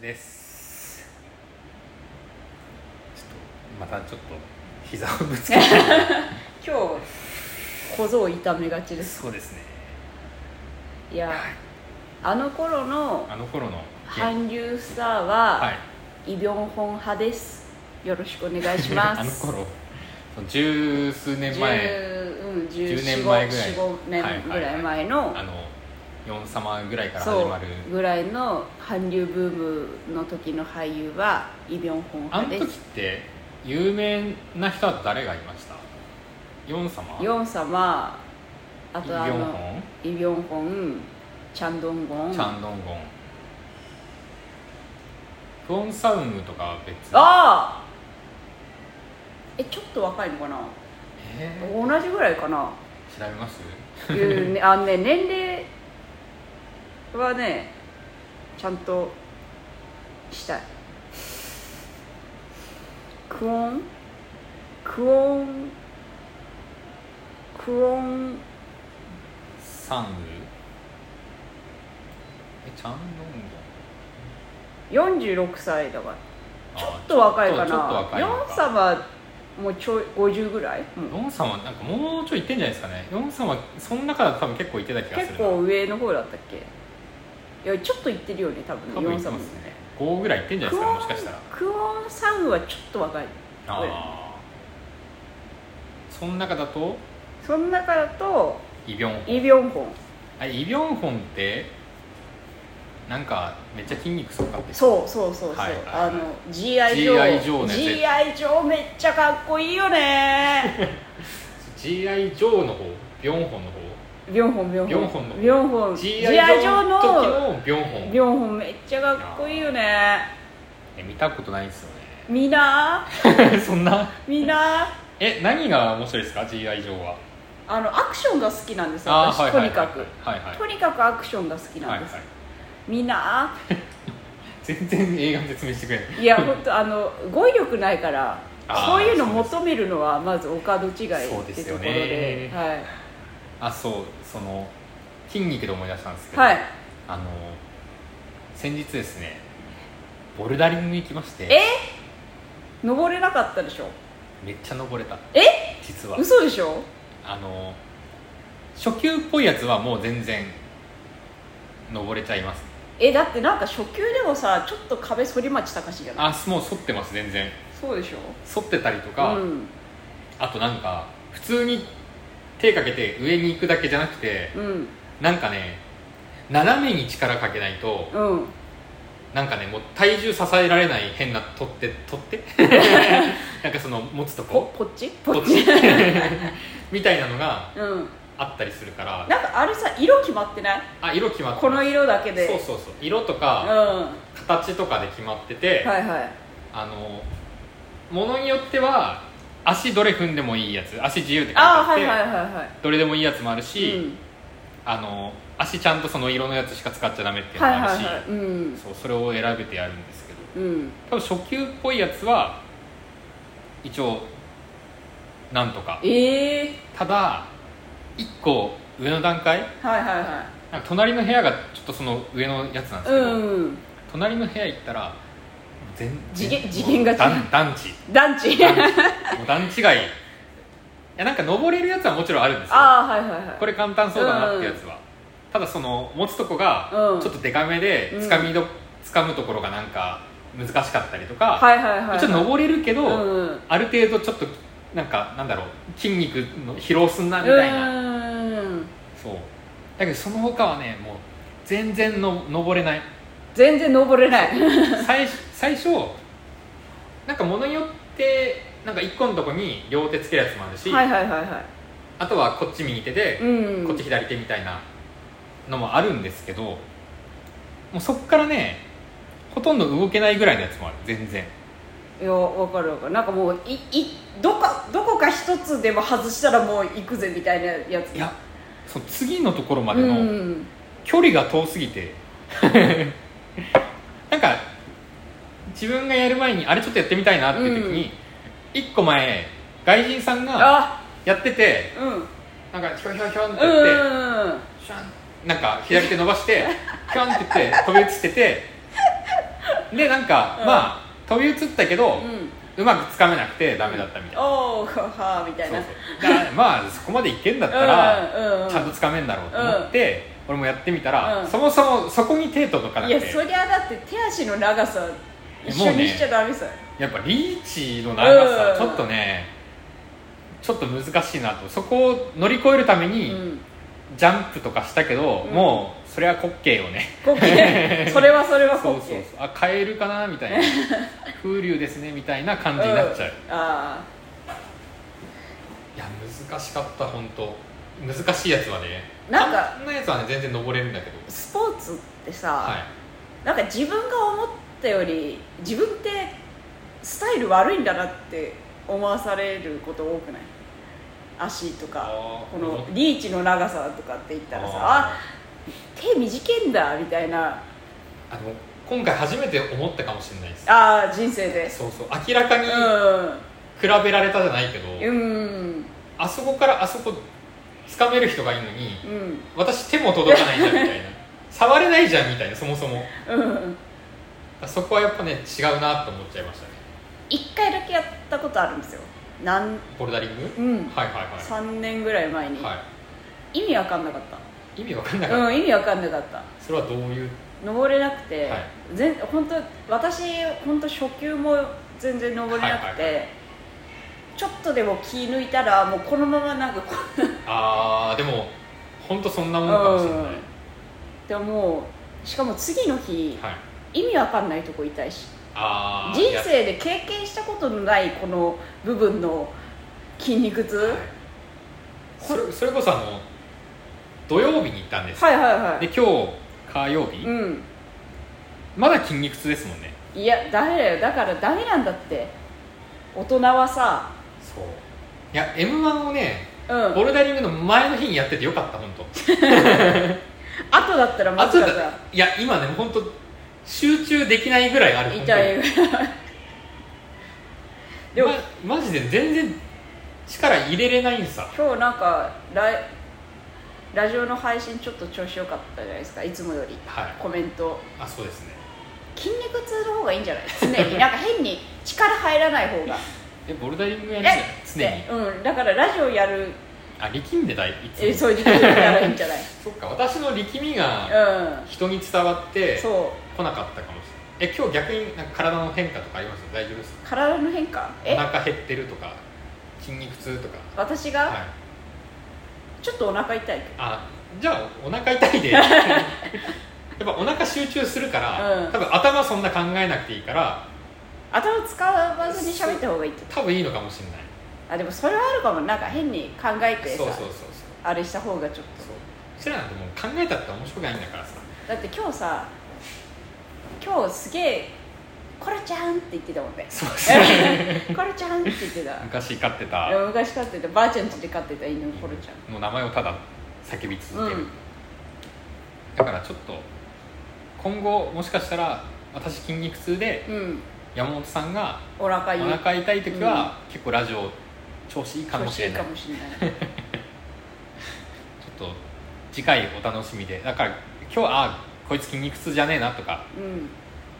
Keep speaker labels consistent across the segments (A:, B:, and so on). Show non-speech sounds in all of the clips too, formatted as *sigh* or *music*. A: ですちょっとまたちょっと膝をぶつけて
B: 今日小僧痛めがちです
A: そうですね
B: いやあの頃の
A: あの頃の
B: 韓流スター
A: はい
B: はイ・ビョンホン派ですよろしくお願いしま
A: *laughs*
B: す
A: あの頃その十数年前
B: 10うん
A: 10
B: 14
A: 年前ぐらい
B: 15年ぐらい前の
A: あの四様ぐらいから始
B: そ
A: まる
B: うぐらいの韓流ブームの時の俳優はイ・ビョンホン
A: あ
B: 派
A: の
B: で
A: 時っ
B: す
A: て有名な人は誰がいました四様
B: ヨン様あとあ
A: イ・ビョン
B: の
A: ホン
B: イ・ビョンホンチャンドンゴン
A: チャンドンゴンプオンサウングとかは別
B: ああえちょっと若いのかな
A: え
B: 同じぐらいかな
A: ー調べます *laughs*
B: いうねあのね年齢はねちゃんとしたいクオンクオンクオン
A: サンウえチャンドン
B: 46歳だから
A: ゴンちょ
B: ちょっと若いかな
A: ちょっと若いの
B: ヨン
A: か
B: 様もうちょい50ぐらい、うん
A: ヨン様なんかもうちょい行ってんじゃないですかねヨン様その中だと多分結構行ってた気がする
B: 結構上の方だったっけいやちょっといってるよね多分
A: 多分
B: ね
A: 行
B: ヨン
A: って
B: 様
A: ま
B: も
A: すね5ぐらい行ってんじゃない
B: ク
A: ですかね
B: オン
A: もしかしたら
B: クオンサウンはちょっと若い
A: ああーその中だと
B: その中だと
A: イ・ビョンホン
B: イ・ビョンホン
A: あイ・ビョンホンってなんかめっちゃ筋肉すごかったう
B: そうそうそうそう、
A: はいはいはい
B: あの GI ジ
A: G.I. ジョ
B: ョ
A: ー
B: ー
A: ね
B: GI ジョーめっちゃかっこいい
A: *laughs*
B: よね
A: G.I. ジョーの方ビョンホンの方
B: ビョンホンビョンホン
A: ビョンホンの
B: ビョンホン
A: G.I. ジョーの時
B: の
A: のビョンホン
B: ビョンホンめっちゃかっこいいよね
A: え見たことないですよ
B: みな
A: ね *laughs* そんな
B: みな
A: え何が面白いですか G.I. ジョーは
B: あのアクションが好きなんですよ私、
A: ーはい
B: とにかく
A: はいはい
B: とにかくアクションが好き
A: は
B: ないん
A: は
B: です、
A: い
B: みな
A: 全然映画の説明してくれない
B: いや本当あの語彙力ないから
A: あー
B: そういうの求めるのはまずお門違いって
A: そうです
B: と
A: よ
B: ころ
A: ね
B: ではい
A: あそうその筋肉で思い出したんですけど、
B: はい
A: あの先日ですねボルダリング行きまして
B: え登れなかったでしょ
A: めっちゃ登れた
B: え
A: 実は
B: 嘘でしょ
A: あの初級っぽいやつはもう全然登れちゃいます
B: えだってなんか初級でもさちょっと壁反町隆史じゃない
A: あもう反ってます全然
B: そうでしょ
A: 反ってたりとか、
B: うん
A: あとなんか普通に手かけて上に行くだけじゃなくて
B: うん
A: なんかね斜めに力かけないと
B: うん
A: なんかねもう体重支えられない変な取って取って *laughs* なんかその持つとこ
B: こっち
A: こ
B: こ
A: っ
B: っ
A: ち
B: ち
A: *laughs* みたいなのが
B: うん
A: あったりするから
B: なんかあれさ色決まってない
A: あ色決まって
B: この
A: 色
B: 色だけで
A: そうそうそう色と
B: うん
A: か
B: は
A: 形とかで決まってて、
B: いはい
A: あのものによっては足どれ踏んでもいいやつ足自由って書いて
B: あ
A: あ
B: あ
A: って
B: はいはいはいはい
A: どれでもいいやつもあるし、
B: うん
A: あの足ちゃんとその色のやつしか使っちゃダメっていうの
B: はい
A: もあ
B: は
A: るし、
B: いはいうん
A: そうそれを選べてやるんですけど
B: うん
A: 多分初級っぽいやつは一応なんとか
B: ええ
A: ただ1個上の段階
B: はいはいは
A: なんか隣の部屋がちょっとその上のやつなんで
B: い
A: すけど、
B: うん
A: 隣の部屋行ったら全
B: 次元
A: 全
B: 次元が違う
A: 段団地
B: 団地
A: もう段違いいやなんか登れるやつはもちろんあるんですよ
B: ああはいはいはい
A: これ簡単そうだなってやつは、ただその持つとこがちょ
B: う
A: っ
B: ん
A: とデカめで
B: うん
A: つかみど、掴むところがなんか難しかったりとか、
B: はいはいはい
A: 一応登れるけど、
B: うん
A: ある程度ちょっとなんかなんだろう筋肉の疲労すんなみたいな、
B: うん
A: そうだけどその他はねもう全然の登れない
B: *laughs* 全然登れない
A: 最最初なんか物によってなんか一個のとこに両手つけるやつもあるし、
B: はいはいはいは
A: あとはこっち右手で
B: い、うん、
A: こっち左手みたいなのもあるんですけどもうそっからねほとんど動けないぐらいのやつもある全然
B: いやわかるわかるなんかもういいどかどこか一つでも外したらもう行くぜみたいなやつ
A: いやその次のところまで
B: う
A: の
B: ん
A: 距離が遠すぎて、 *laughs* なんか自分がやる前にあれちょっとやってみたいなっていう時
B: う
A: に、一1個前外人さんが
B: あ
A: やってて
B: うんうん
A: なんかひょんひょんひょんって
B: う
A: やって、
B: ん *laughs*
A: シャンなんか左手伸ばしてキャンって言って飛び移っててでなんか、
B: うん
A: まあ飛び移ったけど、
B: うん
A: うまくつかめなくてダメだったみたいな、
B: おおはあみたい
A: そ
B: な
A: うそうだからまあそこまでいけんだったら、
B: うんうんうん
A: ちゃんとつかめんだろうと思って、俺もやってみたら、
B: うん
A: そもそもそこに手届かなく
B: いや
A: て
B: そりゃだって手足の長さ一緒にしちゃダメさ、
A: やっぱリーチの長さ、
B: うん
A: ちょっとねちょっと難しいなとそこを乗り越えるため
B: う
A: に、
B: ん
A: ジャンプとかしたけど、
B: うん
A: もうそれは滑稽よね
B: 滑稽それはそれは
A: そう
B: 滑
A: そうそう
B: 稽
A: あカエルかなみたい *laughs* な風流ですねみたいな感じになっちゃう、
B: んあ
A: いや難しかった本当難しいやつはね
B: なんか
A: 簡単なやつはね全然登れるんだけど
B: ースポーツってさ、
A: はい
B: なんか自分が思ったより自分ってスタイル悪いんだなって思わされること多くない足とか
A: あー
B: このリーチの長さとかって言ったらさあ
A: あ
B: 手短いんだみたいな
A: ーあの今回初めて思ったかもしれないです
B: ああ人生で
A: そうそう明らかに
B: う
A: 比べられたじゃないけど、
B: んうん
A: あそこからあそこ掴める人がいるのに
B: うん
A: 私手も届かないじゃんみたいな触れないじゃんみたいなそもそもだか
B: うん
A: らそこはやっぱね違うなと思っちゃいましたね
B: 一回だけやったことあるんですよなん
A: ボルダリング、
B: うん
A: はいはいは
B: 3年ぐらい前に、
A: い、は
B: 意味わかんなかっ
A: い、意味わかんな
B: た
A: か *laughs* った、
B: うん意味わかんなかった
A: それはどういう
B: 登れなくて、
A: はい
B: 全本当私本当初級も全然登れなくて、
A: はいは
B: ちょっとでも気抜いたらもうこのままなんかこう
A: あーでも本当そんなもんかもしれない、
B: うんでももうしかも次の日、
A: はい
B: 意味わかんないとこ痛いし
A: あー
B: 人
A: いや
B: 生で経験したことのないこの部分の筋肉痛、
A: はいそれそれこそあの土曜日に行ったんです、
B: はい、はいはい
A: で今日火曜日、
B: うん
A: まだ筋肉痛ですもんね
B: いやダメだよだからダメなんだって大人はさ
A: そういや m 1をね
B: うん
A: ボルダリングの前の日にやっててよかった本当
B: 後だったら
A: あ
B: ま
A: と
B: ず
A: だ
B: かさ
A: いや今ね本当集中できないぐらいある
B: 痛い
A: 本
B: ぐらい
A: 当
B: でも
A: ま、マジで全然力入れれないんさ
B: 今日なんかライラジオの配信ちょっと調子良かったじゃないですかいつもより
A: はい
B: コメント
A: あそうですね
B: 筋肉痛の方がいいんじゃない常になんか変に力入らない方が
A: えボルダリングやるじゃん
B: えっつっ
A: 常に
B: てうんだからラジオやる
A: あ力んでたいつ
B: え
A: も
B: そういう時やらいい
A: *laughs*
B: んじゃない
A: そっか私の力みが
B: う
A: 人に伝わっ
B: ん
A: て
B: そう
A: 来なかったかもしれないえ今日逆になんか体の変化とかあります大丈夫です
B: 体の変化
A: お
B: え
A: 腹減ってるとか筋肉痛とか
B: 私が、
A: はい
B: ちょっとお腹痛い
A: あじゃあお腹痛い
B: *laughs*
A: でやっぱお腹集中するから、
B: うん
A: 多分頭そんな考えなくていいから
B: 頭使わずに喋った方がいいって
A: 多分いいのかもしれない
B: あでもそれはあるかもなんか変に考えてさ
A: そうそうそうそう
B: あれした方がちょっ
A: そうそれなんてもう考えたって面白くないんだからさ
B: とだって今日さ今日すげえ「コロちゃん」って言ってたも
A: *laughs*
B: んね
A: そう
B: コロちゃんって言ってた
A: 昔飼ってた
B: でも昔飼ってたばあちゃん家で飼ってた犬のコロちゃん
A: の名前をただ叫び続ける、
B: うん
A: だからちょっと今後もしかしたら私筋肉痛で
B: うん
A: 山本さんが
B: お腹
A: お
B: ゆい
A: 腹痛い時は、結構ラジオ調子いいかもしれない
B: 調子いいかもしれない
A: ちょっと次回お楽しみでだから今日あこいつ筋肉痛じゃねえなとか
B: うん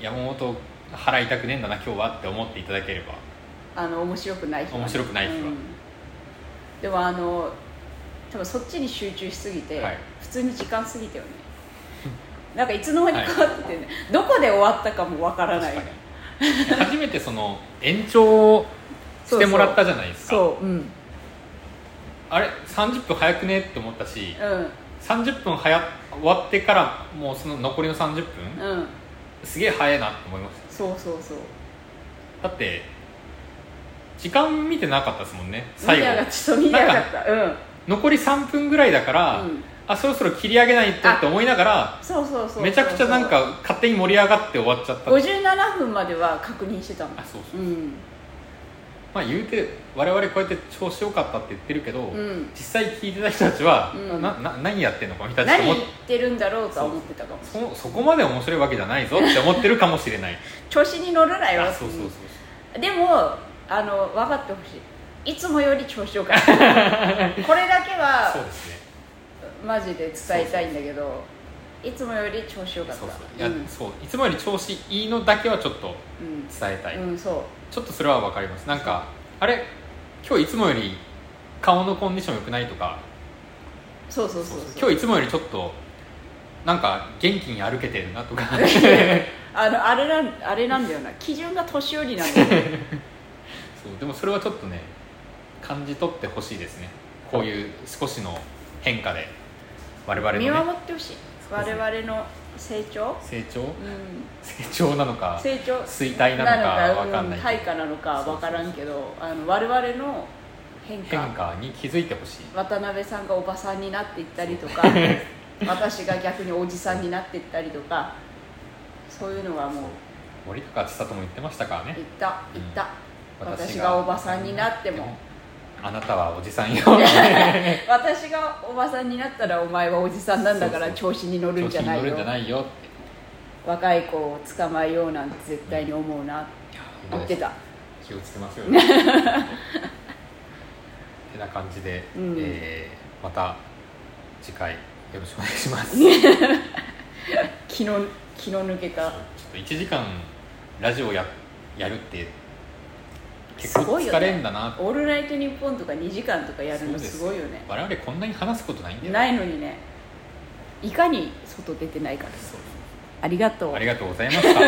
A: 山本腹痛くねえんだな今日はって思っていただければ
B: あの面白くない人は
A: 面白くない人は
B: でもあの多分そっちに集中しすぎて、
A: はい
B: 普通に時間過ぎたよねなんかいつの間にか終わっててね、どこで終わったかもわからない
A: 確かに初めてその延長をしてもらったじゃないですか
B: そううんうん
A: あれ30分早くねって思ったし30分早終わってからもうその残りの30分
B: うん
A: すげえ早いなって思いまし
B: そうそうそう
A: ただって時間見てなかったですもんね
B: 見
A: 最
B: てなかっ
A: 後
B: たそう見てなかったうん
A: 残り3分ぐらいだから、
B: うん
A: あそろそろ切り上げないとって思いながら
B: そうそうそう
A: めちゃくちゃなんか勝手に盛り上がって終わっちゃったあ
B: 57分までは確認してたもん
A: そうそうう、
B: ん
A: まあ言うて我々こうやって調子良かったって言ってるけど、
B: うん
A: 実際聞いてた人たちは、
B: うん
A: なな何やってんのかみたいな
B: 何
A: ちょっ
B: 言ってるんだろうとは思ってたかも
A: と思っそそこまで面白いわけじゃないぞって思ってるかもしれない
B: 調子に乗るなよ
A: あそうそうそう
B: でもあの分かってほしいいつもより調子よかった
A: *laughs*
B: これだけ
A: そう
B: は
A: ですね
B: マジで伝えたいんだけどいつもより調子よかった
A: そうそういや、
B: うん
A: そういつもより調子いいのだけはちょっと
B: う
A: 伝えたい、
B: ん、うん、そ
A: ちょっとそれは分かりますなんかあれ今日いつもより顔のコンディション良くないとか
B: うそうそうそうそう
A: 今日いつもよりちょっとなんか元気に歩けてるな
B: *laughs*
A: とか
B: あのあれなんあれなんだよな基準が年寄りなんだよね
A: そうでもそれはちょっとね感じ取ってほしいですねこういう少しの変化で我々の、
B: 見
A: ね、
B: 守ってほしい
A: そうです
B: 我
A: ね
B: 々の成長、
A: 成長
B: うん、
A: 成長なのか
B: 成長
A: 衰退なのかわかんないけど
B: う退化なのかわからんけどあの我々の変化
A: 変化に気づいてほしい
B: 渡辺さんがおばさんになっていったりとか私が逆におじさんになっていったりとかそういうのはもう
A: 森高千里も言ってましたからね
B: 言った言った、私がおばさんになっても
A: あなたはおじさん
B: *laughs*
A: よ
B: 私がおばさんになったらお前はおじさんなんだから
A: そ
B: 調子に乗る
A: 調
B: ん
A: 子
B: じゃ
A: に
B: ない
A: 乗
B: よ
A: るんじゃないよって
B: 若い子を捕まえようなんて絶対に思うなって言ってた
A: 気をつけますよ
B: *laughs*
A: ねてな感じで、
B: うん
A: えーまた次回よろしくお願いし
B: *laughs*
A: ます
B: 気の気の抜け
A: ちょ
B: た
A: っと1時間ラジオややるって結
B: す
A: 構
B: ごいよね
A: 疲れんだな
B: 「オールナイトニッポン」とか2時間とかやるのすごいよね
A: 我々こんなに話すことないんだよ
B: ないのにねいかに外出てないかです
A: そう
B: ありがとう
A: ありがとうございました